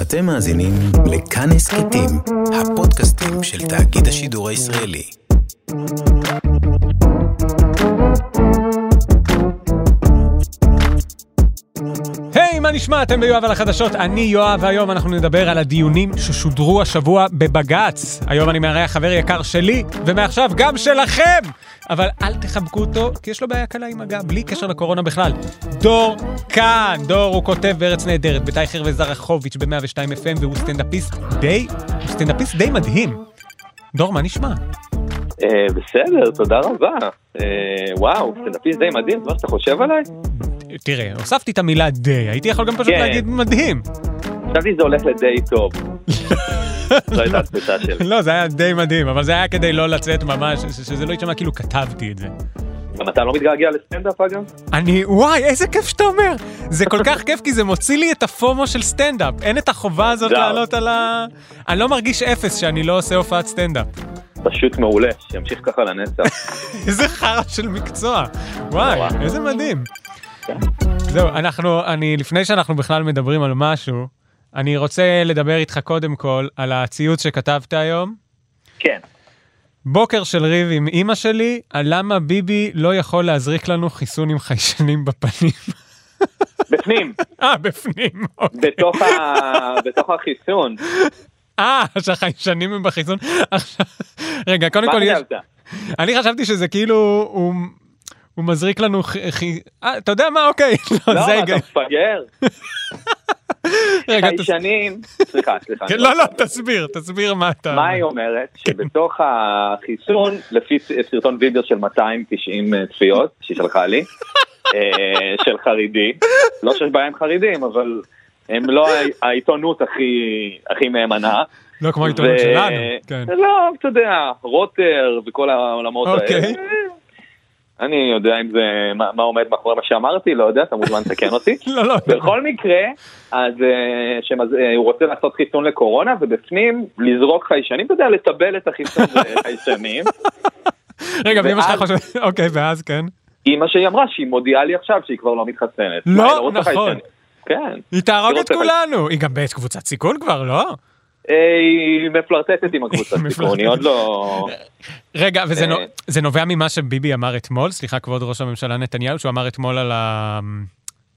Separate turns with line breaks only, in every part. אתם מאזינים לכאן הסכתים, הפודקאסטים של תאגיד השידור הישראלי.
היי, מה נשמע? אתם ביואב על החדשות, אני יואב, והיום אנחנו נדבר על הדיונים ששודרו השבוע בבג"ץ. היום אני מארח חבר יקר שלי, ומעכשיו גם שלכם! אבל אל תחבקו אותו, כי יש לו בעיה קלה עם הגב, בלי קשר לקורונה בכלל. דור כאן! דור, הוא כותב בארץ נהדרת, בטייכר וזרחוביץ' ב-102 FM, והוא סטנדאפיסט די, הוא סטנדאפיסט די מדהים. דור, מה נשמע?
אה, בסדר, תודה רבה. אה, וואו, סטנדאפיסט די מדהים, זה מה שאתה חושב עליי?
תראה, הוספתי את המילה די, הייתי יכול גם פשוט
כן.
להגיד מדהים.
חשבתי שזה הולך לדי טוב. זו הייתה התפיסה שלי.
לא, זה היה די מדהים, אבל זה היה כדי לא לצאת ממש, ש- שזה לא יישמע כאילו כתבתי את זה.
גם אתה לא מתגעגע לסטנדאפ אגב?
אני, וואי, איזה כיף שאתה אומר. זה כל כך כיף, כי זה מוציא לי את הפומו של סטנדאפ. אין את החובה הזאת
זהו.
לעלות על ה... אני לא מרגיש אפס שאני לא עושה הופעת סטנדאפ.
פשוט מעולה, שימשיך ככה לנצח.
איזה חרא של מקצוע. וואי,
וואו. כן.
איזה מדהים. זהו, אנחנו, אני, לפני שאנחנו בכלל מדברים על משהו, אני רוצה לדבר איתך קודם כל על הציוץ שכתבת היום.
כן.
בוקר של ריב עם אימא שלי, על למה ביבי לא יכול להזריק לנו חיסון עם חיישנים בפנים.
בפנים,
אה, בפנים. אוקיי.
בתוך ה- בתוך החיסון.
אה, שהחיישנים הם בחיסון. עכשיו- רגע, קודם
מה
כל, יש-
חשבת?
אני חשבתי שזה כאילו, הוא- הוא מזריק לנו חי... חי- אה, אתה יודע מה? אוקיי. לא,
לא,
זה
מה,
הגיע-
אתה מפגר?
רגע, תס-
חיישנים. סליחה, סליחה.
כן, לא, לא, תסביר, תסביר מה אתה...
מה היא אומרת? שבתוך החיסון, לפי ס- סרטון וידאו של 290 צפיות, שהיא שלחה לי, אה, של חרדי, לא שיש בעיה עם חרדים, אבל הם לא ה- העיתונות הכי, הכי מהימנה.
לא כמו העיתונות
ו-
שלנו. כן.
לא, אתה יודע, רוטר וכל העולמות
אוקיי.
האלה. אני יודע אם זה, מה, מה עומד מאחורי מה שאמרתי, לא יודע, אתה מוזמן לתקן אותי.
לא, לא.
בכל מקרה, אז אה, שמז- אה, הוא רוצה לעשות חיסון לקורונה, ובפנים לזרוק חיישנים, אתה יודע, לטבל את החיסון בחיישנים.
רגע, ואמא שלך
ואז-
חושבת... אוקיי, ואז כן.
אימא שלי אמרה שהיא מודיעה לי עכשיו שהיא כבר לא מתחסנת.
לא,
מה, היא רוצה
נכון.
חיישנים? כן.
היא תהרוג את
רוצה-
כולנו. היא גם בקבוצת סיכון כבר, לא?
אה, היא מפלרטטת עם הקבוצה
היא
סיכון, היא עוד לא...
רגע, וזה
אה.
נו- זה נובע ממה שביבי אמר אתמול? סליחה, כבוד ראש הממשלה נתניהו, שהוא אמר אתמול על ה-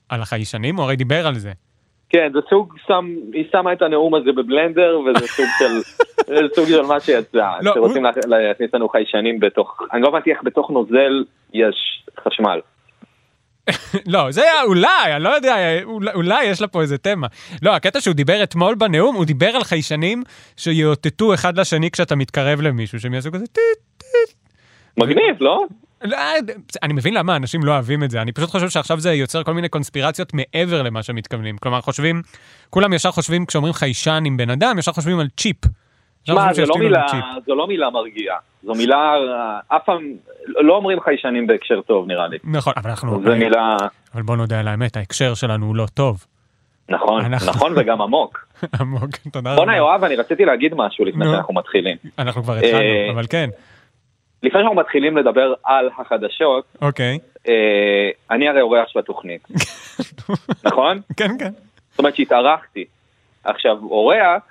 על החיישנים? הוא הרי דיבר על זה.
כן, זה סוג, שם, היא שמה את הנאום הזה בבלנדר, וזה סוג של, זה סוג של מה שיצא.
לא,
שרוצים לה- להכניס לנו חיישנים בתוך, אני לא הבנתי איך בתוך נוזל יש חשמל.
לא, זה היה אולי, אני לא יודע, אולי, אולי יש לה פה איזה תמה. לא, הקטע שהוא דיבר אתמול בנאום, הוא דיבר על חיישנים שיאותתו אחד לשני כשאתה מתקרב למישהו, שהם יעשו כזה טיט.
מגניב, לא?
לא, אני מבין למה אנשים לא אוהבים את זה, אני פשוט חושב שעכשיו זה יוצר כל מיני קונספירציות מעבר למה שמתכוונים. כלומר, חושבים, כולם ישר חושבים, כשאומרים חיישן עם בן אדם, ישר חושבים על צ'יפ. ישר
שמע,
חושבים
זו לא
שישתילו לו
מילה,
צ'יפ.
זו לא מילה מרגיעה. זו מילה, אה, אף פעם, לא אומרים חיישנים בהקשר טוב נראה לי.
נכון, אבל אנחנו...
זו מילה,
אבל בוא נודה על האמת, ההקשר שלנו הוא לא טוב.
נכון,
אנחנו-
נכון וגם עמוק.
עמוק, תודה רבה.
בואנה יואב, אני רציתי להגיד משהו לפני
נו.
שאנחנו מתחילים.
אנחנו כבר התחלנו,
אה,
אבל כן,
לפני שאנחנו מתחילים לדבר על החדשות,
אוקיי.
אה, אני הרי אורח של התוכנית, נכון?
כן, כן.
זאת אומרת שהתארחתי. עכשיו, אורח,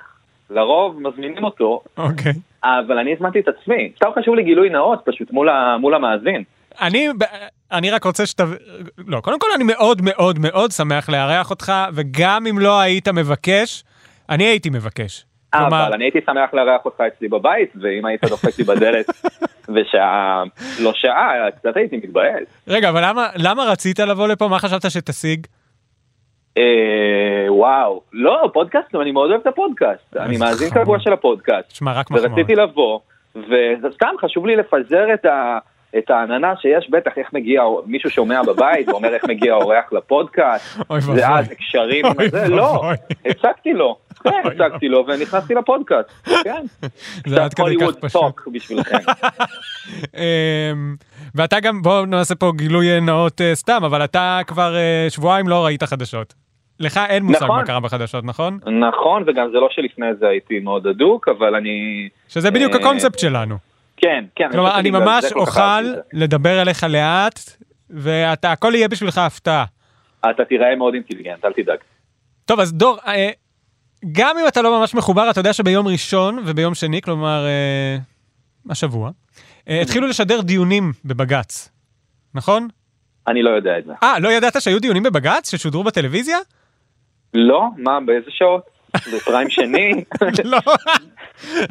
לרוב מזמינים אותו,
אוקיי.
אבל אני הזמנתי את עצמי. סתם חשוב לי גילוי נאות פשוט מול ה- מול המאזין.
אני, אני רק רוצה שת... לא, קודם כל אני מאוד מאוד מאוד שמח לארח אותך, וגם אם לא היית מבקש, אני הייתי מבקש.
אה, אבל אני הייתי שמח לארח אותך אצלי בבית, ואם היית דופק לי בדלת בשעה, לא שעה, קצת הייתי מתבאס.
רגע, אבל למה, למה רצית לבוא לפה? מה חשבת שתשיג?
אה, וואו, לא, פודקאסט, אני מאוד אוהב את הפודקאסט. אני מאזין
חמוד.
קבוע של הפודקאסט,
שמע, רק מחמאות.
ורציתי לבוא, וסתם חשוב לי לפזר את ה... את העננה שיש בטח איך מגיע מישהו שומע בבית ואומר איך מגיע האורח לפודקאסט,
אוי ואבוי.
זה אז קשרים,
אוי
זה לא,
ואבוי.
הצגתי לו, כן
אוי
הצגתי לו ונכנסתי לפודקאסט, כן,
זה עד כדי כך פשוט.
טוק בשבילכם.
אמ, ואתה גם, בואו נעשה פה גילוי נאות אה, סתם, אבל אתה כבר אה, שבועיים לא ראית חדשות. לך אין מושג
נכון.
מה קרה בחדשות, נכון?
נכון, וגם זה לא שלפני זה הייתי מאוד הדוק, אבל אני...
שזה בדיוק
אה,
הקונספט שלנו.
כן, כן.
כלומר,
חושב
אני
שבגלל
ממש
זה כל כך
אוכל
אהבתי את
לדבר אליך לאט, ואתה, הכל יהיה בשבילך הפתעה.
זה. אתה תיראה מאוד אינטליגנט, אל תדאג.
טוב, אז דור, אה, גם אם אתה לא ממש מחובר, אתה יודע שביום ראשון וביום שני, כלומר, אה, השבוע,
Mm-hmm.
אה, התחילו לשדר דיונים בבג"ץ, נכון?
אני לא יודע את זה.
אה, לא ידעת שהיו דיונים בבג"ץ ששודרו בטלוויזיה?
לא? מה, באיזה שעות? בפריים שני?
לא.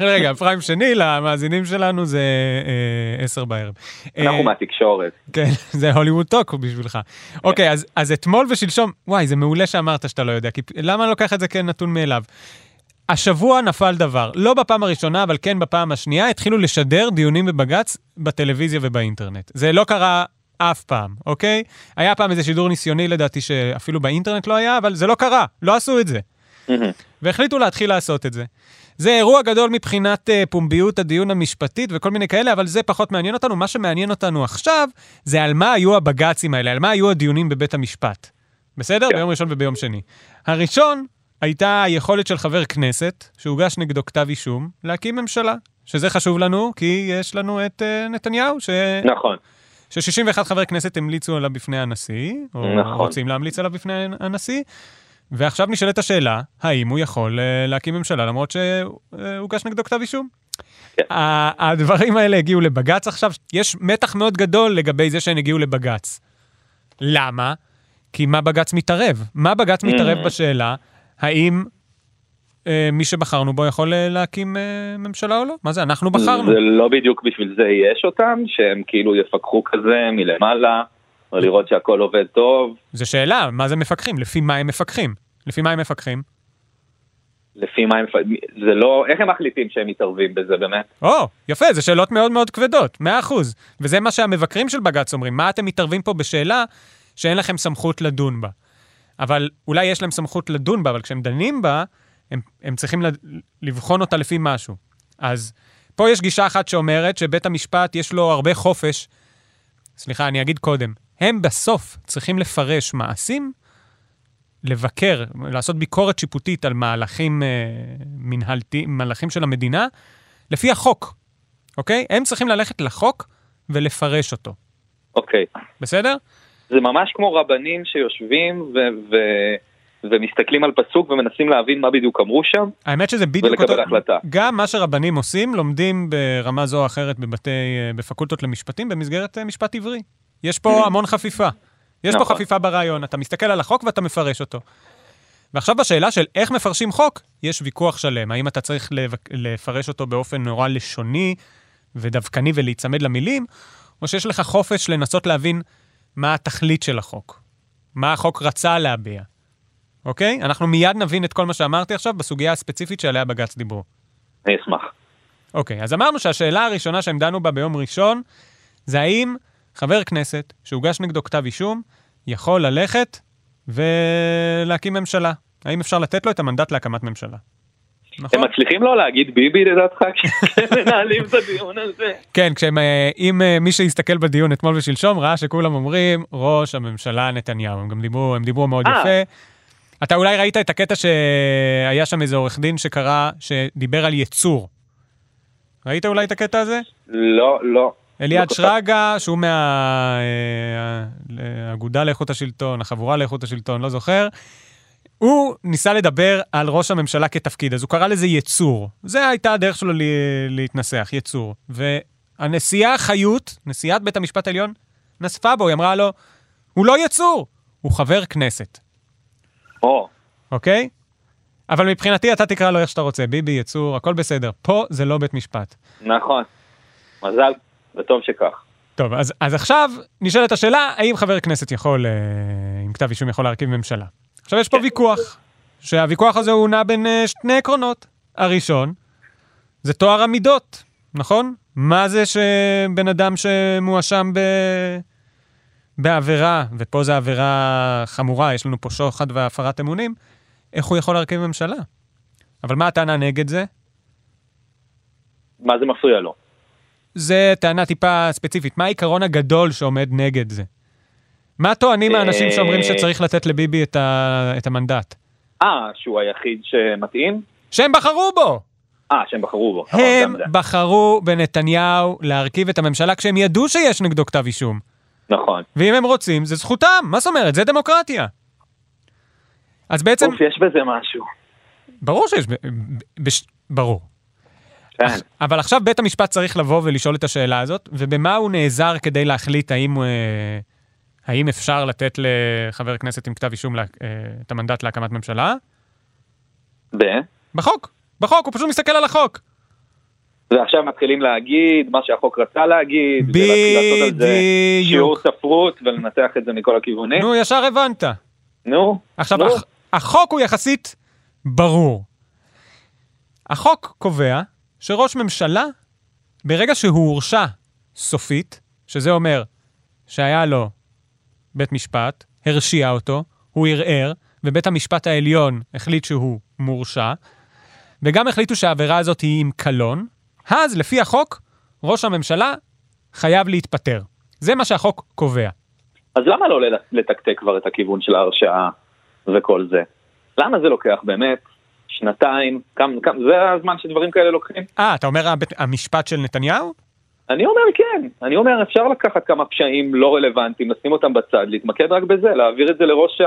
רגע, פריים שני למאזינים שלנו זה אה, עשר בערב.
אנחנו
אה,
מהתקשורת.
כן, זה הוליווד טוק בשבילך. אוקיי, אז, אז אתמול ושלשום, וואי, זה מעולה שאמרת שאתה לא יודע, כי פ- למה אני לוקח את זה כנתון מאליו? השבוע נפל דבר, לא בפעם הראשונה, אבל כן בפעם השנייה, התחילו לשדר דיונים בבג"ץ בטלוויזיה ובאינטרנט. זה לא קרה אף פעם, אוקיי? היה פעם איזה שידור ניסיוני, לדעתי, שאפילו באינטרנט לא היה, אבל זה לא קרה, לא עשו את זה.
מהמם.
והחליטו להתחיל לעשות את זה. זה אירוע גדול מבחינת אה, פומביות הדיון המשפטית וכל מיני כאלה, אבל זה פחות מעניין אותנו. מה שמעניין אותנו עכשיו, זה על מה היו הבג"צים האלה, על מה היו הדיונים בבית המשפט. בסדר?
כן.
ביום ראשון וביום שני. הראשון הייתה היכולת של חבר כנסת, שהוגש נגדו כתב אישום, להקים ממשלה. שזה חשוב לנו, כי יש לנו את אה, נתניהו, ש...
נכון.
ש-61 חברי כנסת המליצו עליו בפני הנשיא, או
נכון.
רוצים להמליץ עליו בפני הנשיא, ועכשיו נשאלת השאלה, האם הוא יכול אה, להקים ממשלה למרות שהוגש נגדו כתב אישום?
כן.
ה- הדברים האלה הגיעו לבג"ץ עכשיו, יש מתח מאוד גדול לגבי זה שהן הגיעו לבג"ץ. למה? כי מה בג"ץ מתערב? מה בג"ץ מתערב
Mm.
בשאלה האם אה, מי שבחרנו בו יכול אה, להקים אה, ממשלה או לא? מה זה, אנחנו בחרנו.
זה לא בדיוק בשביל זה יש אותם, שהם כאילו יפקחו כזה מלמעלה, ולראות שהכל עובד טוב.
זו שאלה, מה זה מפקחים? לפי מה הם מפקחים? לפי מה הם מפקחים?
לפי מה הם... זה לא... איך הם מחליטים שהם מתערבים בזה באמת?
או, יפה, זה שאלות מאוד מאוד כבדות, 100%. וזה מה שהמבקרים של בג"ץ אומרים, מה אתם מתערבים פה בשאלה שאין לכם סמכות לדון בה. אבל אולי יש להם סמכות לדון בה, אבל כשהם דנים בה, הם, הם צריכים לד- לבחון אותה לפי משהו. אז פה יש גישה אחת שאומרת שבית המשפט יש לו הרבה חופש. סליחה, אני אגיד קודם. הם בסוף צריכים לפרש מעשים, לבקר, לעשות ביקורת שיפוטית על מהלכים אה, מנהלתיים, מהלכים של המדינה, לפי החוק, אוקיי? הם צריכים ללכת לחוק ולפרש אותו,
אוקיי.
בסדר?
זה ממש כמו רבנים שיושבים ו- ו- ומסתכלים על פסוק ומנסים להבין מה בדיוק אמרו שם.
האמת שזה בדיוק
ולקבל
אותו...
החלטה.
גם מה שרבנים עושים, לומדים ברמה זו או אחרת בבתי... אה, בפקולטות למשפטים במסגרת אה, משפט עברי. יש פה המון חפיפה. יש פה
נכון.
חפיפה ברעיון, אתה מסתכל על החוק ואתה מפרש אותו. ועכשיו בשאלה של איך מפרשים חוק, יש ויכוח שלם. האם אתה צריך לבק- לפרש אותו באופן נורא לשוני ודווקני ולהיצמד למילים, או שיש לך חופש לנסות להבין מה התכלית של החוק, מה החוק רצה להביע. אוקיי? אנחנו מיד נבין את כל מה שאמרתי עכשיו בסוגיה הספציפית שעליה בג"ץ דיברו.
אני אשמח.
אוקיי, אז אמרנו שהשאלה הראשונה שהם דנו בה ביום ראשון, זה האם חבר כנסת שהוגש נגדו כתב אישום יכול ללכת ולהקים ממשלה. האם אפשר לתת לו את המנדט להקמת ממשלה? נכון?
הם מצליחים לא להגיד ביבי לדעתך כשהם מנהלים את הדיון הזה?
כן, כשהם, אה, אם אה, מי שהסתכל בדיון אתמול ושלשום ראה שכולם אומרים ראש הממשלה נתניהו, הם גם דיברו, הם דיברו מאוד
אה.
יפה. אתה אולי ראית את הקטע שהיה שם איזה עורך דין שקרא, שדיבר על יצור. ראית אולי את הקטע הזה?
לא, לא. לא
אליעד
כל כך.
שרגא, שהוא מהאגודה לאיכות השלטון, החבורה לאיכות השלטון, לא זוכר, הוא ניסה לדבר על ראש הממשלה כתפקיד, אז הוא קרא לזה יצור. זה הייתה הדרך שלו ל- להתנסח, יצור. והנשיאה חיות, נשיאת בית המשפט העליון, נזפה בו, היא אמרה לו, הוא לא יצור, הוא חבר כנסת,
או,
אוקיי? אבל מבחינתי אתה תקרא לו איך שאתה רוצה, ביבי, יצור, הכל בסדר. פה זה לא בית משפט.
נכון. מזל, וטוב שכך.
טוב, אז, אז עכשיו נשאלת השאלה, האם חבר כנסת יכול, אה, עם כתב אישום יכול להרכיב ממשלה? עכשיו, יש פה ויכוח, שהוויכוח הזה הוא נע בין אה, שני עקרונות. הראשון, זה טוהר המידות, נכון? מה זה שבן אדם שמואשם ב... בעבירה, ופה זו עבירה חמורה, יש לנו פה שוחד והפרת אמונים, איך הוא יכול להרכיב ממשלה? אבל מה הטענה נגד זה?
מה זה מפריע לו?
זה טענה טיפה ספציפית. מה העיקרון הגדול שעומד נגד זה? מה טוענים האנשים שאומרים
אה.
שצריך לתת לביבי את, ה... את המנדט?
אה, שהוא היחיד שמתאים?
שהם בחרו בו!
אה, שהם בחרו בו. נכון,
הם
גם זה.
בחרו בנתניהו להרכיב את הממשלה כשהם ידעו שיש נגדו כתב אישום.
נכון.
ואם הם רוצים, זה זכותם. מה זאת אומרת? זה דמוקרטיה. אז בעצם,
אוף, יש בזה משהו.
ברור שיש, ב- ב- בש- ברור.
כן.
אבל עכשיו בית המשפט צריך לבוא ולשאול את השאלה הזאת, ובמה הוא נעזר כדי להחליט האם, אה, האם אפשר לתת לחבר כנסת עם כתב אישום לה- אה, את המנדט להקמת ממשלה?
ו-
בחוק, בחוק, הוא פשוט מסתכל על החוק.
ועכשיו מתחילים להגיד מה שהחוק רצה להגיד, ולהתחיל לעשות על זה
בדיוק.
שיעור ספרות ולנתח את זה מכל הכיוונים.
נו, ישר הבנת.
נו,
עכשיו,
נו.
הח- החוק הוא יחסית ברור. החוק קובע שראש ממשלה, ברגע שהוא הורשע סופית, שזה אומר שהיה לו בית משפט, הרשיע אותו, הוא ערער, ובית המשפט העליון החליט שהוא מורשע, וגם החליטו שהעבירה הזאת היא עם קלון, אז לפי החוק, ראש הממשלה חייב להתפטר. זה מה שהחוק קובע.
אז למה לא לת- לתקתק כבר את הכיוון של ההרשעה וכל זה? למה זה לוקח באמת שנתיים? כמה, כמה, זה הזמן שדברים כאלה לוקחים?
אה, אתה אומר הבית- המשפט של נתניהו?
אני אומר כן, אני אומר אפשר לקחת כמה פשעים לא רלוונטיים, לשים אותם בצד, להתמקד רק בזה, להעביר את זה לראש ה...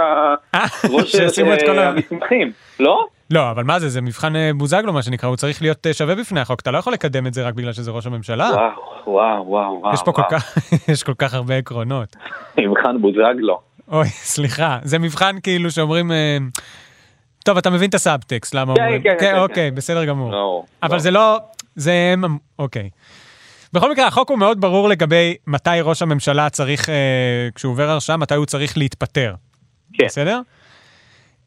אה,
ראש
שישימו את כל
אה,
ה...
המסמכים, לא?
לא, אבל מה זה, זה מבחן אה, בוזגלו, מה שנקרא, הוא צריך להיות אה, שווה בפני החוק, אתה לא יכול לקדם את זה רק בגלל שזה ראש הממשלה.
וואו, וואו, וואו, וואו.
אה. יש פה כל
וואו.
כך, יש כל כך הרבה עקרונות.
מבחן בוזגלו. לא,
אוי, סליחה, זה מבחן כאילו שאומרים... אה, טוב, אתה מבין את הסאבטקסט, למה
כן,
אומרים?
כן, כן,
אוקיי,
כן.
בסדר גמור.
לא,
אבל
לא.
זה לא... זה... הם- אוקיי. בכל מקרה, החוק הוא מאוד ברור לגבי מתי ראש הממשלה צריך, אה, כשהוא עובר הרשעה, מתי הוא צריך להתפטר.
כן.
בסדר?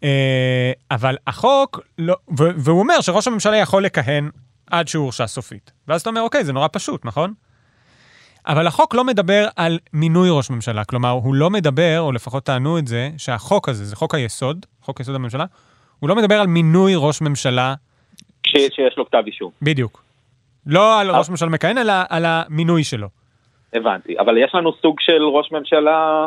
אה, אבל החוק, לא, ו- והוא אומר שראש הממשלה יכול לכהן עד שהוא הורשע סופית. ואז אתה אומר, אוקיי, זה נורא פשוט, נכון? אבל החוק לא מדבר על מינוי ראש ממשלה, כלומר, הוא לא מדבר, או לפחות טענו את זה, שהחוק הזה, זה חוק היסוד, חוק יסוד הממשלה, הוא לא מדבר על מינוי ראש ממשלה
ש- שיש לו כתב אישום,
בדיוק. לא על ראש ממשלה מכהן, אלא על המינוי שלו.
הבנתי. אבל יש לנו סוג של ראש ממשלה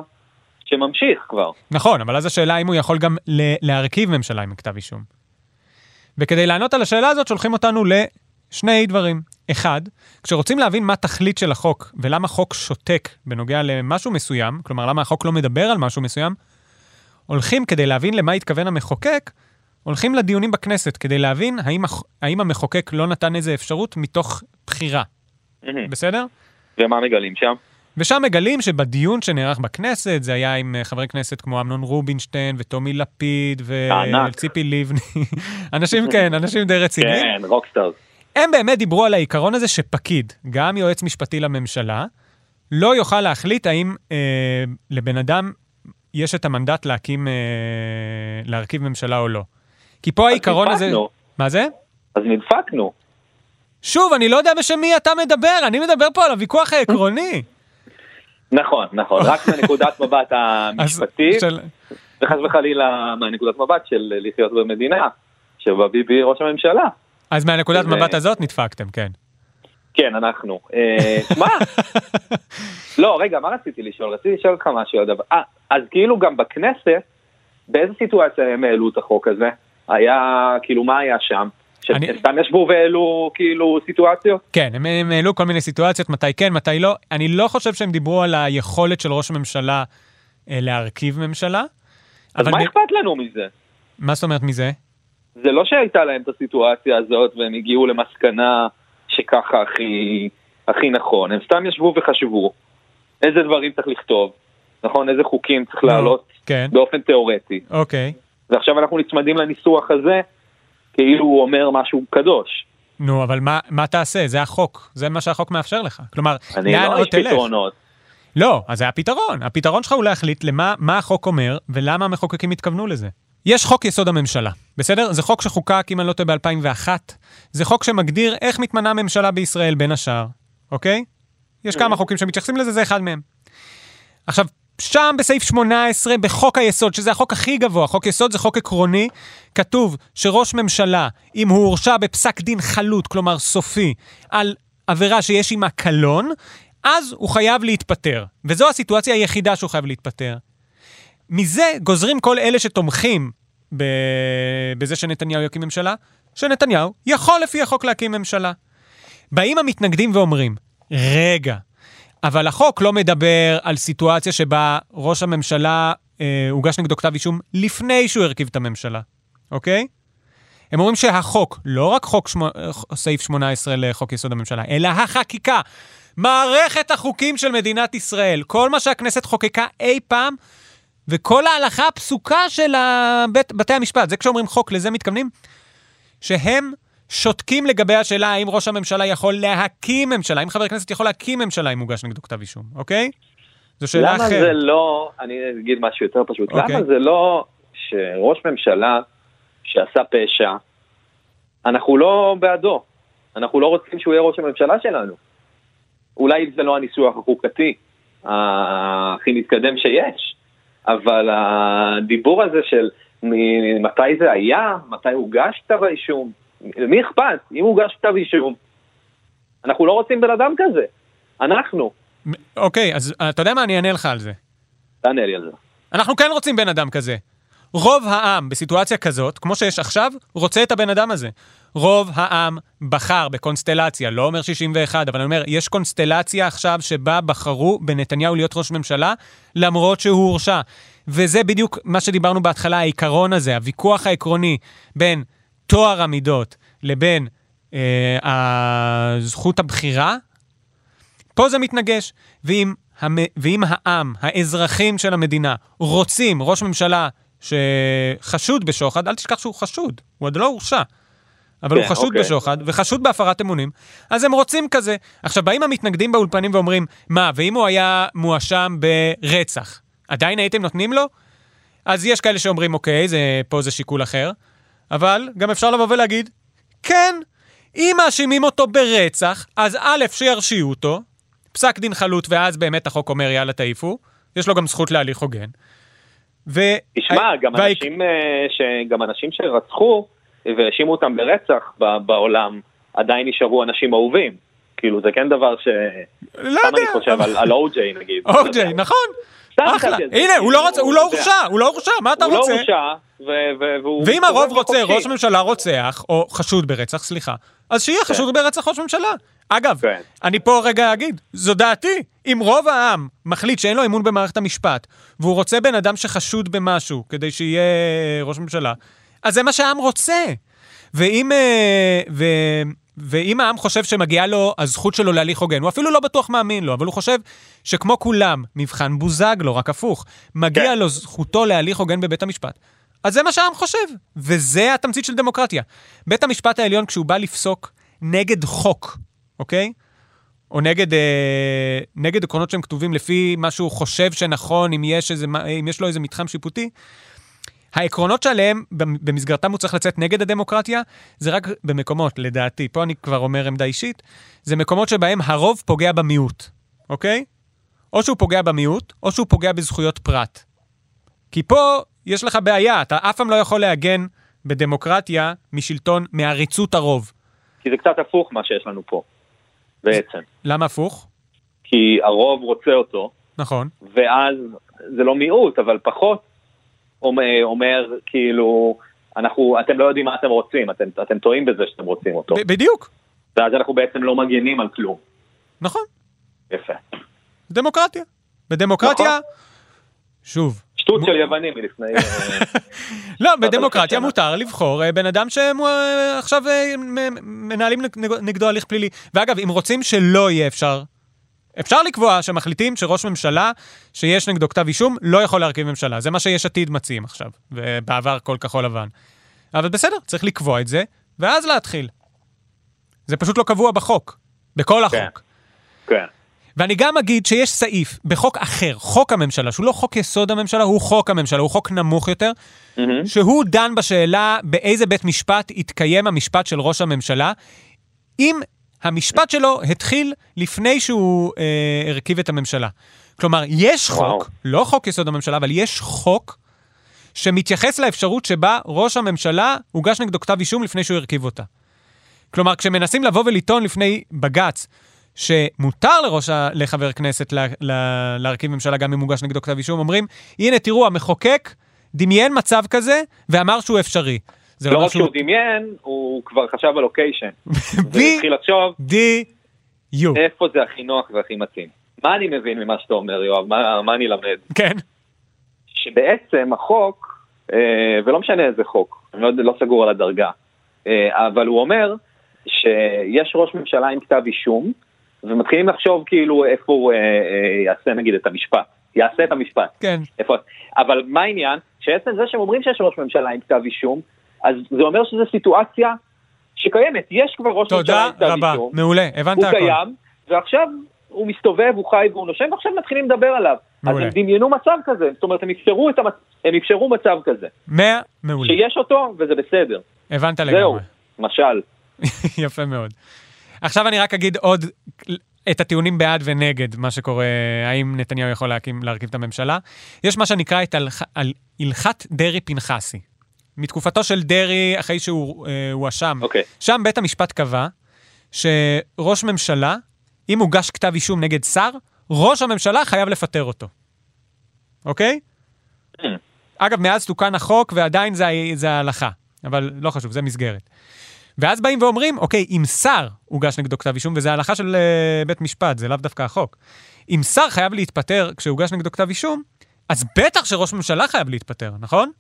שממשיך כבר.
נכון, אבל אז השאלה אם הוא יכול גם ל- להרכיב ממשלה עם כתב אישום. וכדי לענות על השאלה הזאת, שולחים אותנו לשני דברים. אחד, כשרוצים להבין מה התכלית של החוק ולמה חוק שותק בנוגע למשהו מסוים, כלומר למה החוק לא מדבר על משהו מסוים, הולכים כדי להבין למה התכוון המחוקק, הולכים לדיונים בכנסת כדי להבין האם, הח- האם המחוקק לא נתן איזה אפשרות מתוך בחירה, בסדר?
ומה מגלים שם?
ושם מגלים שבדיון שנערך בכנסת, זה היה עם אה, חברי כנסת כמו אמנון רובינשטיין וטומי לפיד
הענק.
וציפי לבני, אנשים כן, אנשים די רציניים,
כן, רוקסטארס.
הם באמת דיברו על העיקרון הזה שפקיד, גם יועץ משפטי לממשלה, לא יוכל להחליט האם אה, לבן אדם יש את המנדט להקים, אה, להרכיב ממשלה או לא. כי פה העיקרון הזה...
נדפקנו.
מה זה?
אז נדפקנו.
שוב, אני לא יודע בשם מי אתה מדבר, אני מדבר פה על הוויכוח העקרוני.
נכון, נכון, רק מנקודת מבט
אז-
המשפטית,
של-
וחס וחלילה מהנקודת מבט של לחיות במדינה, שבה ביבי ראש הממשלה.
אז מהנקודת
זה-
מבט הזאת נדפקתם, כן.
כן, אנחנו. אה, שמע, לא, רגע, מה רציתי לשאול? רציתי לשאול אותך משהו על דבר. אה, אז כאילו גם בכנסת, באיזה סיטואציה הם העלו את החוק הזה? היה, כאילו, מה היה שם?
אני-
שהם סתם ישבו והעלו, כאילו, סיטואציות?
כן, הם, הם העלו כל מיני סיטואציות, מתי כן, מתי לא. אני לא חושב שהם דיברו על היכולת של ראש ממשלה אה, להרכיב ממשלה.
אז
אבל
מה
אני-
אכפת לנו מזה?
מה זאת אומרת מזה?
זה לא שהייתה להם את הסיטואציה הזאת והם הגיעו למסקנה שככה הכי, הכי נכון, הם סתם ישבו וחשבו איזה דברים צריך לכתוב, נכון? איזה חוקים צריך להעלות
כן,
באופן תיאורטי.
אוקיי.
ועכשיו אנחנו נצמדים לניסוח הזה כאילו הוא אומר משהו קדוש.
נו, אבל מה, מה תעשה? זה החוק, זה מה שהחוק מאפשר לך. כלומר,
אני
לאן
לא
עוד
איש
תלך?
פתרונות.
לא, אז זה הפתרון. הפתרון שלך הוא להחליט למה מה החוק אומר ולמה המחוקקים התכוונו לזה. יש חוק יסוד הממשלה, בסדר? זה חוק שחוקק, אם אני לא טועה, ב-2001. זה חוק שמגדיר איך מתמנה ממשלה בישראל, בין השאר, אוקיי? יש כמה חוקים שמתייחסים לזה, זה אחד מהם. עכשיו, שם בסעיף 18 בחוק היסוד, שזה החוק הכי גבוה, חוק יסוד זה חוק עקרוני, כתוב שראש ממשלה, אם הוא הורשע בפסק דין חלוט, כלומר סופי, על עבירה שיש עימה קלון, אז הוא חייב להתפטר. וזו הסיטואציה היחידה שהוא חייב להתפטר. מזה גוזרים כל אלה שתומכים ב... בזה שנתניהו יקים ממשלה, שנתניהו יכול לפי החוק להקים ממשלה. באים המתנגדים ואומרים, רגע, אבל החוק לא מדבר על סיטואציה שבה ראש הממשלה, אה, הוגש נגדו כתב אישום לפני שהוא הרכיב את הממשלה, אוקיי? הם אומרים שהחוק, לא רק חוק שמו- סעיף 18 לחוק יסוד הממשלה, אלא החקיקה, מערכת החוקים של מדינת ישראל, כל מה שהכנסת חוקקה אי פעם, וכל ההלכה הפסוקה של הבית, בתי המשפט, זה כשאומרים חוק, לזה מתכוונים? שהם שותקים לגבי השאלה האם ראש הממשלה יכול להקים ממשלה, האם חבר כנסת יכול להקים ממשלה אם הוגש נגדו כתב אישום, אוקיי? זו שאלה
למה זה
אחרת.
לא, אני אגיד משהו יותר פשוט,
אוקיי.
למה זה לא שראש ממשלה שעשה פשע, אנחנו לא בעדו, אנחנו לא רוצים שהוא יהיה ראש הממשלה שלנו. אולי זה לא הניסוח החוקתי ה- הכי מתקדם שיש, אבל הדיבור הזה של מ- מתי זה היה, מתי הוגש כתב האישום, למי אכפת אם הוגש כתב אישום? אנחנו לא רוצים בן אדם כזה, אנחנו,
אוקיי, אז אה, אתה יודע מה? אני אענה לך על זה.
תענה לי על זה.
אנחנו כן רוצים בן אדם כזה. רוב העם בסיטואציה כזאת, כמו שיש עכשיו, רוצה את הבן אדם הזה. רוב העם בחר בקונסטלציה, לא אומר 61, אבל אני אומר, יש קונסטלציה עכשיו שבה בחרו בנתניהו להיות ראש ממשלה, למרות שהוא הורשע. וזה בדיוק מה שדיברנו בהתחלה, העיקרון הזה, הוויכוח העקרוני בין טוהר המידות לבין אה, זכות הבחירה, פה זה מתנגש. ואם, המ... ואם העם, האזרחים של המדינה, רוצים ראש ממשלה שחשוד בשוחד, אל תשכח שהוא חשוד, הוא עוד לא הורשע. אבל
כן,
הוא חשוד
אוקיי.
בשוחד וחשוד בהפרת אמונים, אז הם רוצים כזה. עכשיו, באים המתנגדים באולפנים ואומרים, מה, ואם הוא היה מואשם ברצח, עדיין הייתם נותנים לו? אז יש כאלה שאומרים, אוקיי, זה, פה זה שיקול אחר, אבל גם אפשר לבוא ולהגיד, כן, אם מאשימים אותו ברצח, אז א', שירשיעו אותו, פסק דין חלוט, ואז באמת החוק אומר, יאללה, תעיפו, יש לו גם זכות להליך הוגן. ו...
תשמע, גם,
והעיק-
אנשים, אה, ש... גם אנשים שרצחו והאשימו אותם ברצח ב- בעולם, עדיין נשארו אנשים אהובים. כאילו, זה כן דבר ש...
לא
סתם
יודע.
אני חושב על- על אוג'יי נגיד.
אוקיי, נכון.
סתם
אחלה.
חשבתי על זה,
הנה, הוא לא
כאילו,
רצה- הוא לא
אתה יודע.
הורשע, הוא לא הורשע, מה אתה
הוא לא
רוצה?
הורשע, ו- ו- והוא...
ואם
מסתובב
הרוב רוצה
בחופשי.
ראש ממשלה רוצח, או חשוד ברצח, סליחה, אז שיהיה חשוד ברצח ראש ממשלה. אגב,
כן.
אני פה רגע אגיד, זו דעתי. אם רוב העם מחליט שאין לו אמון במערכת המשפט, והוא רוצה בן אדם שחשוד במשהו כדי שיהיה אה, ראש ממשלה, אז זה מה שהעם רוצה. ואם, אה, ו, ואם העם חושב שמגיעה לו הזכות שלו להליך הוגן, הוא אפילו לא בטוח מאמין לו, אבל הוא חושב שכמו כולם, מבחן בוזגלו, לא, רק הפוך, מגיע
כן.
לו זכותו להליך הוגן בבית המשפט. אז זה מה שהעם חושב, וזה התמצית של דמוקרטיה. בית המשפט העליון, כשהוא בא לפסוק נגד חוק, אוקיי? או נגד, אה, נגד עקרונות שהם כתובים לפי מה שהוא חושב שנכון, אם יש, איזה, מה- אם יש לו איזה מתחם שיפוטי, העקרונות שעליהם, במ- במסגרתם הוא צריך לצאת נגד הדמוקרטיה, זה רק במקומות, לדעתי, פה אני כבר אומר עמדה אישית, זה מקומות שבהם הרוב פוגע במיעוט, אוקיי? או שהוא פוגע במיעוט, או שהוא פוגע בזכויות פרט. כי פה יש לך בעיה, אתה אף פעם לא יכול להגן בדמוקרטיה משלטון, מעריצות הרוב.
כי זה קצת הפוך מה שיש לנו פה, בעצם.
למה הפוך?
כי הרוב רוצה אותו,
נכון.
ואז זה לא מיעוט, אבל פחות אומר, אומר כאילו, אנחנו, אתם לא יודעים מה אתם רוצים, אתם, אתם טועים בזה שאתם רוצים אותו.
ב- בדיוק,
ואז אנחנו בעצם לא מגנים על כלום.
נכון.
יפה.
דמוקרטיה. בדמוקרטיה,
נכון.
שוב,
שטות של יוונים מלפני... אה,
לא,
אלפי
בדמוקרטיה
שנה.
מותר לבחור אה, בן אדם אה, שעכשיו מנהלים נג- נגדו הליך פלילי. ואגב, אם רוצים שלא יהיה אפשר, אפשר לקבוע שמחליטים שראש ממשלה שיש נגדו כתב אישום לא יכול להרכיב ממשלה. זה מה שיש עתיד מציעים עכשיו, ובעבר כל כחול לבן. אבל בסדר, צריך לקבוע את זה, ואז להתחיל. זה פשוט לא קבוע בחוק, בכל
כן.
החוק.
כן.
ואני גם אגיד שיש סעיף בחוק אחר, חוק הממשלה, שהוא לא חוק יסוד הממשלה, הוא חוק הממשלה, הוא חוק נמוך יותר,
מהמם.
שהוא דן בשאלה באיזה בית משפט התקיים המשפט של ראש הממשלה, אם המשפט שלו התחיל לפני שהוא אה, הרכיב את הממשלה. כלומר, יש חוק,
וואו.
וואו. לא חוק יסוד הממשלה, אבל יש חוק שמתייחס לאפשרות שבה ראש הממשלה הוגש נגדו כתב אישום לפני שהוא הרכיב אותה. כלומר, כשמנסים לבוא ולטעון לפני בג"ץ שמותר לראש, ה- לחבר כנסת לה, לה, להרכיב ממשלה גם אם הוגש נגדו כתב אישום, אומרים, הנה, תראו, המחוקק דמיין מצב כזה ואמר שהוא אפשרי. זה
לא
אומר
רק שהוא דמיין, הוא כבר חשב על לוקיישן. והתחיל לחשוב
בדיוק.
איפה זה הכי נוח והכי מתאים. מה אני מבין ממה שאתה אומר, יואב? מה מה אני למד?
כן,
שבעצם החוק, אה, ולא משנה איזה חוק, אני לא, לא סגור על הדרגה, אה, אבל הוא אומר שיש ראש ממשלה עם כתב אישום, ומתחילים לחשוב כאילו איפה הוא אה, אה, יעשה נגיד את המשפט, יעשה את המשפט.
כן.
איפה... אבל מה העניין? שעצם זה שהם אומרים שיש ראש ממשלה עם כתב אישום, אז זה אומר שזו סיטואציה שקיימת, יש כבר ראש ממשלה
תודה
עם כתב
רבה,
אישום,
מעולה, הבנת
הוא
הכל.
קיים, ועכשיו הוא מסתובב, הוא חי והוא נושם, ועכשיו מתחילים לדבר עליו. אז
מעולה.
הם דמיינו מצב כזה, זאת אומרת, הם אפשרו, את המצ... הם אפשרו מצב כזה,
מאה, מעולה,
שיש אותו וזה בסדר,
הבנת
זהו,
לגמרי.
משל.
יפה מאוד. עכשיו אני רק אגיד עוד את הטיעונים בעד ונגד מה שקורה, האם נתניהו יכול להקים, להרכיב את הממשלה. יש מה שנקרא את הלכ... על הלכת דרעי-פנחסי. מתקופתו של דרעי, אחרי שהוא אה, הואשם,
אוקיי.
שם בית המשפט קבע שראש ממשלה, אם הוגש כתב אישום נגד שר, ראש הממשלה חייב לפטר אותו. אוקיי?
Mm.
אגב, מאז תוקן החוק ועדיין זה, ה- זה ההלכה, אבל לא חשוב, זה מסגרת. ואז באים ואומרים, אוקיי, אם שר הוגש נגדו כתב אישום, וזו הלכה של אה, בית משפט, זה לאו דווקא החוק. אם שר חייב להתפטר כשהוגש נגדו כתב אישום, אז בטח שראש ממשלה חייב להתפטר, נכון?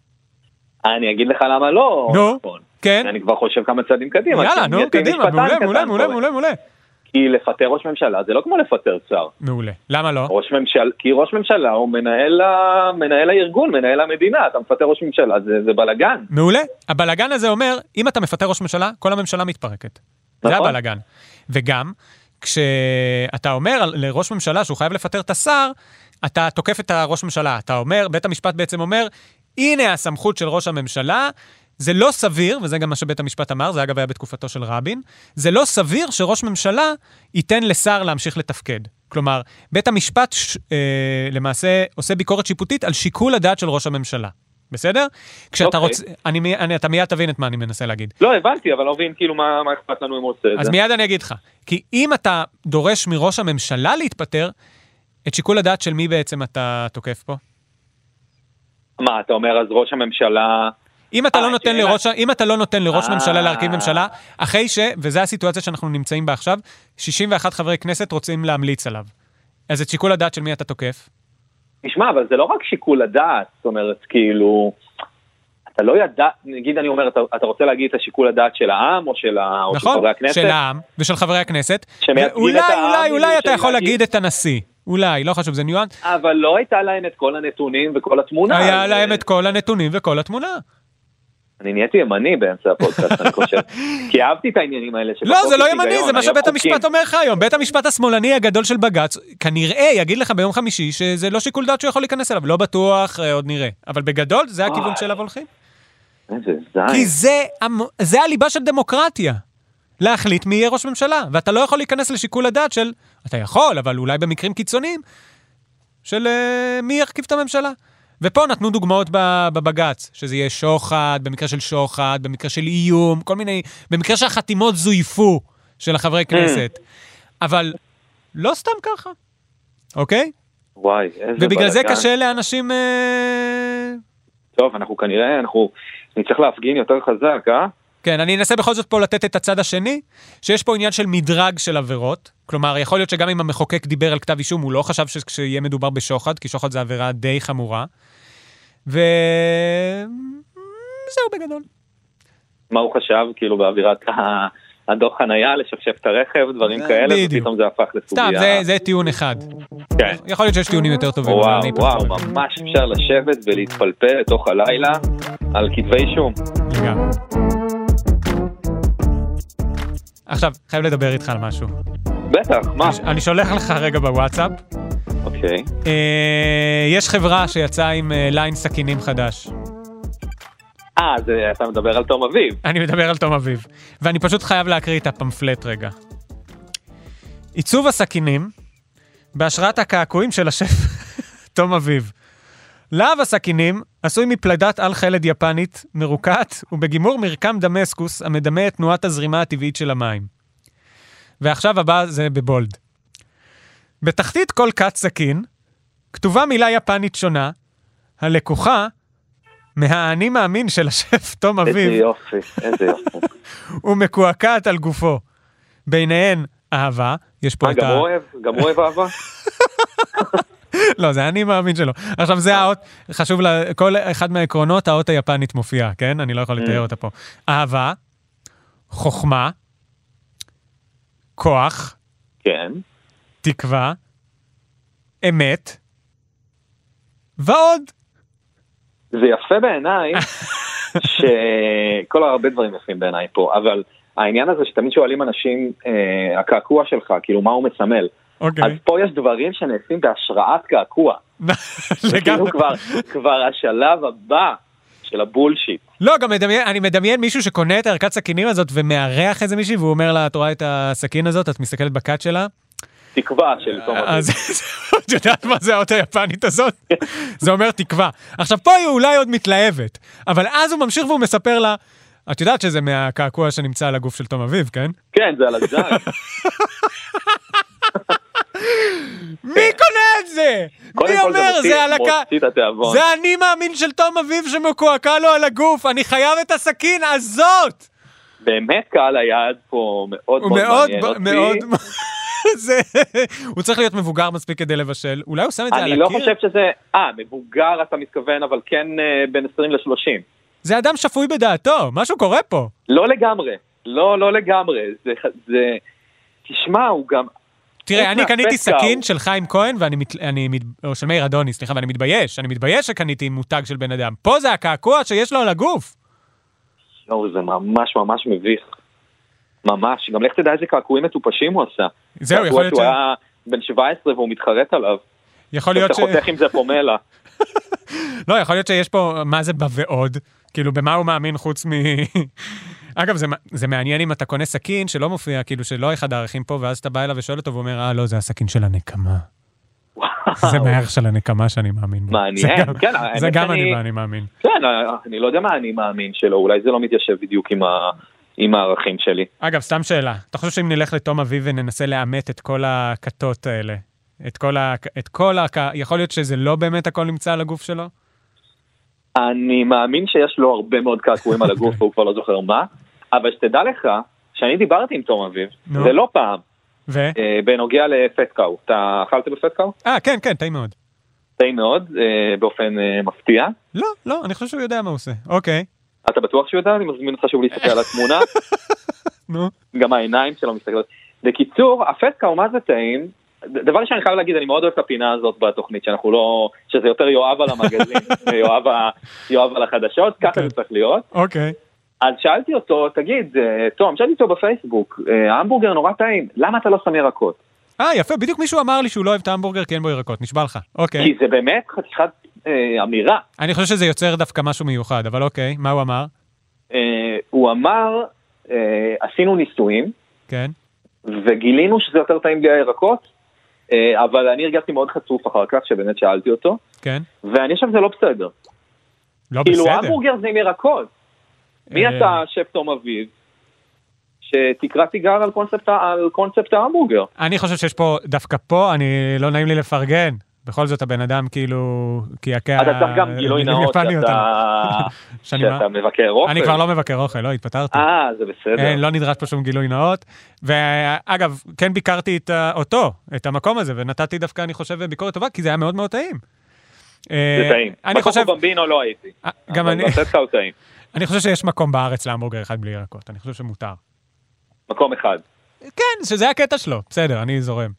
אני אגיד לך למה לא,
נו,
נכון.
כן.
אני כבר חושב כמה צעדים קדימה.
יאללה,
כי
נו,
יש לי
קדימה,
משפטן
מעולה,
קטן
מעולה, מעולה,
פה.
מעולה, מעולה.
כי לפטר ראש ממשלה זה לא כמו לפטר שר.
מעולה. למה לא?
ראש ממשל, כי ראש ממשלה הוא מנהל, ה... מנהל הארגון, מנהל המדינה, אתה מפטר ראש ממשלה, זה, זה בלאגן.
מעולה. הבלגן הזה אומר, אם אתה מפטר ראש ממשלה, כל הממשלה מתפרקת. זה
נכון.
הבלגן. וגם, כשאתה אומר על- לראש ממשלה שהוא חייב לפטר את השר, אתה תוקף את הראש ממשלה. אתה אומר, בית המשפט בעצם אומר, הנה הסמכות של ראש הממשלה, זה לא סביר, וזה גם מה שבית המשפט אמר, זה אגב היה בתקופתו של רבין, זה לא סביר שראש ממשלה ייתן לשר להמשיך לתפקד. כלומר, בית המשפט ש, אה, למעשה עושה ביקורת שיפוטית על שיקול הדעת של ראש הממשלה. בסדר? כשאתה
אוקיי.
רוצה... אני, מי- אני, אתה מיד תבין את מה אני מנסה להגיד.
לא, הבנתי, אבל לא מבין כאילו מה, מה אכפת לנו אם הוא עושה את
אז
זה.
מיד אני אגיד לך. כי אם אתה דורש מראש הממשלה להתפטר, את שיקול הדעת של מי בעצם אתה תוקף פה?
מה, אתה אומר אז ראש הממשלה...
אם אתה,
אה,
לא נותן
שאלה.
לראש, אם אתה לא נותן לראש
אה.
ממשלה להרכיב ממשלה, אחרי ש, וזו הסיטואציה שאנחנו נמצאים בה עכשיו, 61 חברי כנסת רוצים להמליץ עליו. אז את שיקול הדעת של מי אתה תוקף?
תשמע, אבל זה לא רק שיקול הדעת, זאת אומרת, כאילו... אתה לא ידע, נגיד אני אומר, אתה, אתה רוצה להגיד את השיקול הדעת של העם או של, ה, או של
נכון?
חברי הכנסת?
של העם ושל חברי הכנסת.
שמייצגים את
ואולי,
העם,
אולי, אולי
כאילו,
אתה
של
יכול
להגיד-
להגיד את הנשיא. אולי, לא חשוב, זה ניואנס.
אבל לא הייתה להם את כל הנתונים וכל התמונה.
היה
אז,
להם
אה,
את כל הנתונים וכל התמונה.
אני נהייתי ימני באמצע הפודקאסט, אני חושב. כי אהבתי את העניינים האלה של...
לא, זה לא
פחות
ימני,
היגיון,
זה מה
היו
שבית
חוקים.
המשפט אומר לך היום. בית המשפט השמאלני הגדול של בג"ץ, כנראה יגיד לך ביום חמישי שזה לא שיקול דעת שהוא יכול להיכנס אליו, לא בטוח, אה, עוד נראה. אבל בגדול, זה הכיוון
וואי.
שאליו הולכים.
איזה זין.
כי זה המ- זה הליבה של דמוקרטיה. להחליט מי יהיה ראש ממשלה, ואתה לא יכול להיכנס לשיקול הדעת של, אתה יכול, אבל אולי במקרים קיצוניים, של אה, מי ירכיב את הממשלה. ופה נתנו דוגמאות ב- בבג"ץ, שזה יהיה שוחד, במקרה של שוחד, במקרה של איום, כל מיני, במקרה שהחתימות זויפו של החברי כנסת. אבל לא סתם ככה, אוקיי?
וואי, איזה
ובגלל זה
בלאגן.
קשה לאנשים... אה,
טוב, אנחנו כנראה, אנחנו נצטרך להפגין יותר חזק, אה?
כן, אני אנסה בכל זאת פה לתת את הצד השני, שיש פה עניין של מדרג של עבירות. כלומר, יכול להיות שגם אם המחוקק דיבר על כתב אישום, הוא לא חשב שכשיהיה מדובר בשוחד, כי שוחד זה עבירה די חמורה. ו... זהו בגדול.
מה הוא חשב, כאילו, באווירת ה- הדוח חנייה, לשפשף את הרכב, דברים
אה,
כאלה,
בדיוק.
ופתאום זה הפך לסוגיה.
סתם, זה, זה טיעון אחד.
אוקיי. כן.
יכול להיות שיש טיעונים יותר טובים. אבל
וואו,
אני פה
וואו,
חושב.
ממש אפשר לשבת ולהתפלפל לתוך הלילה על כתבי אישום.
לגמרי. עכשיו, חייב לדבר איתך על משהו.
בטח, מה?
אני שולח לך רגע בוואטסאפ.
אוקיי.
אה, יש חברה שיצאה עם אה, ליין סכינים חדש.
אה, זה- אתה מדבר על תום אביב.
אני מדבר על תום אביב, ואני פשוט חייב להקריא את הפמפלט רגע. עיצוב הסכינים בהשראת הקעקועים של השף תום אביב. להב הסכינים עשוי מפלדת על חלד יפנית מרוקעת ובגימור מרקם דמסקוס המדמה את תנועת הזרימה הטבעית של המים. ועכשיו הבא זה בבולד. בתחתית כל כת סכין כתובה מילה יפנית שונה, הלקוחה מהאני מאמין של השף תום
איזה
אביב.
יופי, איזה יופי.
ומקועקעת על גופו. ביניהן אהבה, יש פה
מה,
את
אה, גם
ה...
הוא אוהב? גם הוא אוהב אהבה?
לא, זה אני מאמין שלו. עכשיו, זה האות, חשוב,
Mm.
ל... כל אחד מהעקרונות, האות היפנית מופיעה, כן? אני לא יכול לתאר אותה פה. אהבה, חוכמה, כוח,
כן.
תקווה, אמת, ועוד.
זה יפה בעיניי, שכל הרבה דברים יפים בעיניי פה, אבל העניין הזה שתמיד שואלים אנשים, אה, הקעקוע שלך, כאילו מה הוא מסמל. אז
אוקיי.
פה יש דברים שנעשים בהשראת קעקוע. זה כאילו
לגמרי.
כבר, כבר השלב הבא של הבולשיט.
לא, גם מדמיין, אני מדמיין מישהו שקונה את הערכת סכינים הזאת ומארח איזה מישהי והוא אומר לה, את רואה את הסכין הזאת? את מסתכלת בכת שלה?
תקווה של תומר.
אה, אז את יודעת מה זה האות היפנית הזאת? זה אומר תקווה. עכשיו, פה היא אולי עוד מתלהבת, אבל אז הוא ממשיך והוא מספר לה, את יודעת שזה מהקעקוע שנמצא על הגוף של תום אביב, כן?
כן, זה על הזין.
מי קונה את זה?
קודם
מי
כל זה
אומר
מוציא-
זה על הקע...
מוציא את התיאבון.
זה אני מאמין של תום אביב שמקועקע לו על הגוף, אני חייב את הסכין הזאת!
באמת קהל היעד פה מאוד
הוא
מאוד
מאוד,
מעניין
ב-
אותי.
מאוד, זה, הוא צריך להיות מבוגר מספיק כדי לבשל, אולי הוא שם את זה על
אני
הקיר?
לא חושב שזה, אה, מבוגר אתה מתכוון, אבל כן אה, בין 20 ל-30.
זה אדם שפוי בדעתו, משהו קורה פה.
לא לגמרי, לא, לא לגמרי. זה, זה, תשמע, הוא גם,
תראה,
חוץ
אני קניתי
מהפסקה
סכין
הוא-
של חיים כהן, ואני מת- אני מת- או של מאיר אדוני, סליחה, ואני מתבייש. אני מתבייש שקניתי מותג של בן אדם. פה זה הקעקוע שיש לו על הגוף.
יואו, זה ממש ממש מביך. ממש, גם לך תדע איזה קעקועים מטופשים הוא עשה.
זהו, יכול
קעקוע
להיות
שהוא
ש-
היה בן 17 והוא מתחרט עליו.
יכול להיות ש...
אתה חותך עם זה פומלה.
לא, יכול להיות שיש פה, מה זה ב"ועוד"? כאילו, במה הוא מאמין חוץ מ... אגב, זה, מע- זה מעניין אם אתה קונה סכין שלא מופיע, כאילו, שלא אחד הערכים פה, ואז אתה בא אליו ושואל אותו, והוא אומר, אה, לא, זה הסכין של הנקמה. זה מהערך של הנקמה שאני מאמין בו.
אה, אוקיי. מעניין,
זה גם-
כן, האמת
זה גם
שאני-
אני ואני מאמין.
כן, אה, אני לא יודע מה אני מאמין שלו, אולי זה לא מתיישב בדיוק עם, ה... עם הערכים שלי.
אגב, סתם שאלה. אתה חושב שאם נלך לתום אביב וננסה לאמת את כל הכתות האלה, את כל ה... את כל ה... יכול להיות שזה לא באמת הכל נמצא על הגוף שלו?
אני מאמין שיש לו הרבה מאוד קעקועים על הגוף, והוא כבר לא זוכר מה, אבל שתדע לך, שאני דיברתי עם תום אביב,
נו.
זה לא פעם,
ו...
אה, בנוגע לפטקאו. אתה אכלת בפטקאו?
אה, כן, כן, טעים מאוד.
טעים מאוד, אה, באופן אה, מפתיע.
לא, לא, אני חושב שהוא יודע מה הוא עושה. אוקיי,
אתה בטוח שהוא יודע? אני מזמין אותך שוב להסתכל על התמונה,
נו.
גם העיניים שלו מסתכלות. בקיצור, הפטקאו מה זה טעים? ד- דבר ראשון, אני חייב להגיד, אני מאוד אוהב את הפינה הזאת בתוכנית, שאנחנו לא... שזה יותר יואב על המגזין ויואב ה- יואב על החדשות, ככה
כן.
זה צריך להיות.
אוקיי.
אז שאלתי אותו, תגיד, אה, תום, שאלתי אותו בפייסבוק, אה, ההמבורגר נורא טעים, למה אתה לא שם ירקות?
אה, יפה, בדיוק מישהו אמר לי שהוא לא אוהב את ההמבורגר כי אין בו ירקות, נשבע לך. אוקיי.
כי זה באמת חתיכת אה, אמירה.
אני חושב שזה יוצר דווקא משהו מיוחד, אבל אוקיי, מה הוא אמר?
אה, הוא אמר, אה, עשינו ניסויים,
כן.
וגילינו שזה יותר טעים בלי הירקות, אה, אבל אני הרגשתי מאוד חצוף אחר כך, שבאמת שאלתי אותו,
כן.
ואני חושב שזה לא בסדר.
לא
כאילו,
אה, בסדר.
המבורגר זה עם ירקות. מי
אה.
אתה, שף תום אביב, שתקרא תיגר על קונספט ה- על קונספט ההמבורגר?
אני חושב שיש פה, דווקא פה, אני, לא נעים לי לפרגן. בכל זאת הבן אדם כאילו קעקע...
אתה צריך גם גילוי
מילים
נאות
יפניות
שאתה
עליו. שאני מה?
שאתה מבקר אוכל.
אני כבר לא מבקר אוכל, לא, התפטרתי.
אה, זה בסדר.
אין, לא נדרש פה שום גילוי נאות. ואגב, כן ביקרתי את ה- אותו, את המקום הזה, ונתתי דווקא, אני חושב, ביקורת טובה, כי זה היה מאוד מאוד טעים.
זה טעים.
אה, אני חושב,
מקום במבינו לא הייתי.
אה, גם
אבל
אני-
לתת לך הוא טעים.
אני חושב שיש מקום בארץ להמבורגר אחד בלי ירקות, אני חושב שמותר.
מקום אחד.
כן, שזה הקטע שלו, בסדר, אני זורם.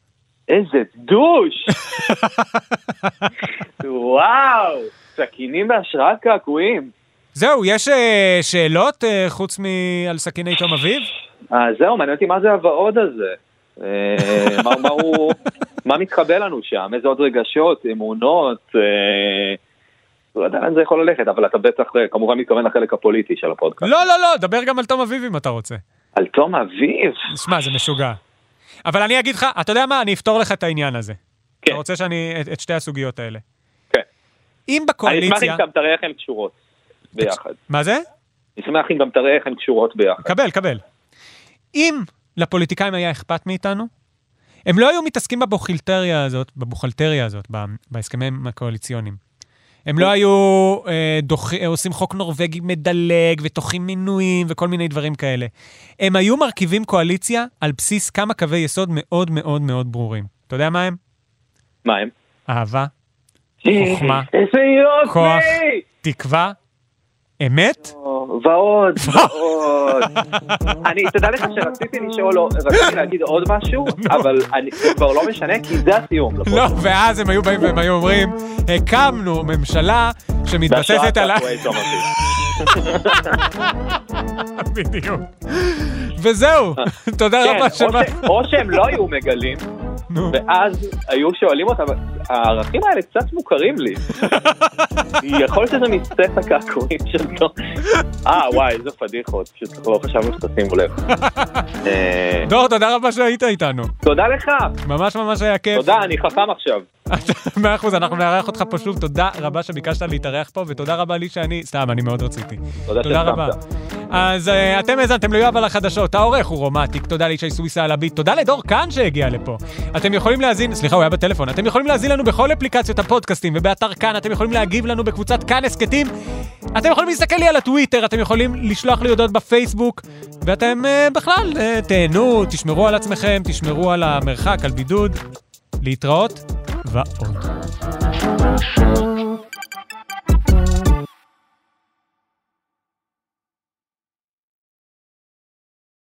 איזה דוש! וואו! סכינים בהשראת קעקועים.
זהו, יש אה, שאלות אה, חוץ מעל סכיני תום אביב?
אז אה, זהו, מעניין אותי מה זה הוועוד הזה. אה, מה- מה הוא... מה מתחבא לנו שם? איזה עוד רגשות, אמונות? אה, לא יודע לאן זה יכול ללכת, אבל אתה בטח אה, כמובן מתכוון לחלק הפוליטי של הפודקאסט.
לא, לא, לא, דבר גם על תום אביב אם אתה רוצה.
על תום אביב?
שמע, זה משוגע. אבל אני אגיד לך, אתה יודע מה? אני אפתור לך את העניין הזה.
כן.
אתה רוצה שאני... את, את שתי הסוגיות האלה.
כן.
אם
אני אשמח
בקואליציה...
אם גם תראה איך הן קשורות ביחד.
מה זה?
נשמח אם גם תראה איך הן קשורות ביחד.
קבל, קבל. אם לפוליטיקאים היה אכפת מאיתנו, הם לא היו מתעסקים בבוכלטריה הזאת, בבוכלטריה הזאת, ב- בהסכמים הקואליציוניים. הם לא היו אה, דוח... אה, עושים חוק נורבגי מדלג ודוחים מינויים וכל מיני דברים כאלה. הם היו מרכיבים קואליציה על בסיס כמה קווי יסוד מאוד מאוד מאוד ברורים. אתה יודע מה הם?
מה הם?
אהבה, חוכמה,
איזה יופי!
כוח, תקווה אמת?
ועוד, ועוד. אני, תדע לך שרציתי לשאול, או- רציתי להגיד עוד משהו, אבל אני- זה כבר לא משנה, כי זה הסיום. נכון.
לא, ואז הם היו באים והם היו אומרים, הקמנו ממשלה שמתבססת על... ה-" בדיוק. וזהו, תודה
כן,
רבה
או
שבאת.
ש- או שהם לא היו מגלים,
לא, נו.
ואז היו שואלים אותם, הערכים האלה קצת מוכרים לי. יכול להיות שזה מסט הקעקועים שלו. אה, וואי, איזה פדיחות, פשוט לא חשבנו שתשימו לב. אה,
דור, תודה רבה שהיית איתנו.
תודה לך,
ממש ממש היה כיף.
תודה, אני חכם עכשיו.
מאה אחוז, אנחנו נארח אותך פה שוב. תודה רבה שביקשת להתארח פה, ותודה רבה לי שאני... סתם, אני מאוד רציתי.
תודה
תודה רבה.
שהסכמת.
אז אה, אתם האזנתם ליואב על החדשות, העורך הוא רומטיק, תודה לישי סוויסה על הביט, תודה לדור כאן שהגיע לפה. אתם יכולים להאזין, סליחה, הוא היה בטלפון, אתם יכולים להאזין לנו בכל אפליקציות הפודקאסטים ובאתר כאן, אתם יכולים להגיב לנו בקבוצת כאן הסכתים, אתם יכולים להסתכל לי על הטוויטר, אתם יכולים לשלוח לי הודעות בפייסבוק, ואתם אה, בכלל, אה, תהנו, תשמרו על עצמכם, תשמרו על המרחק, על בידוד, להתראות ועוד.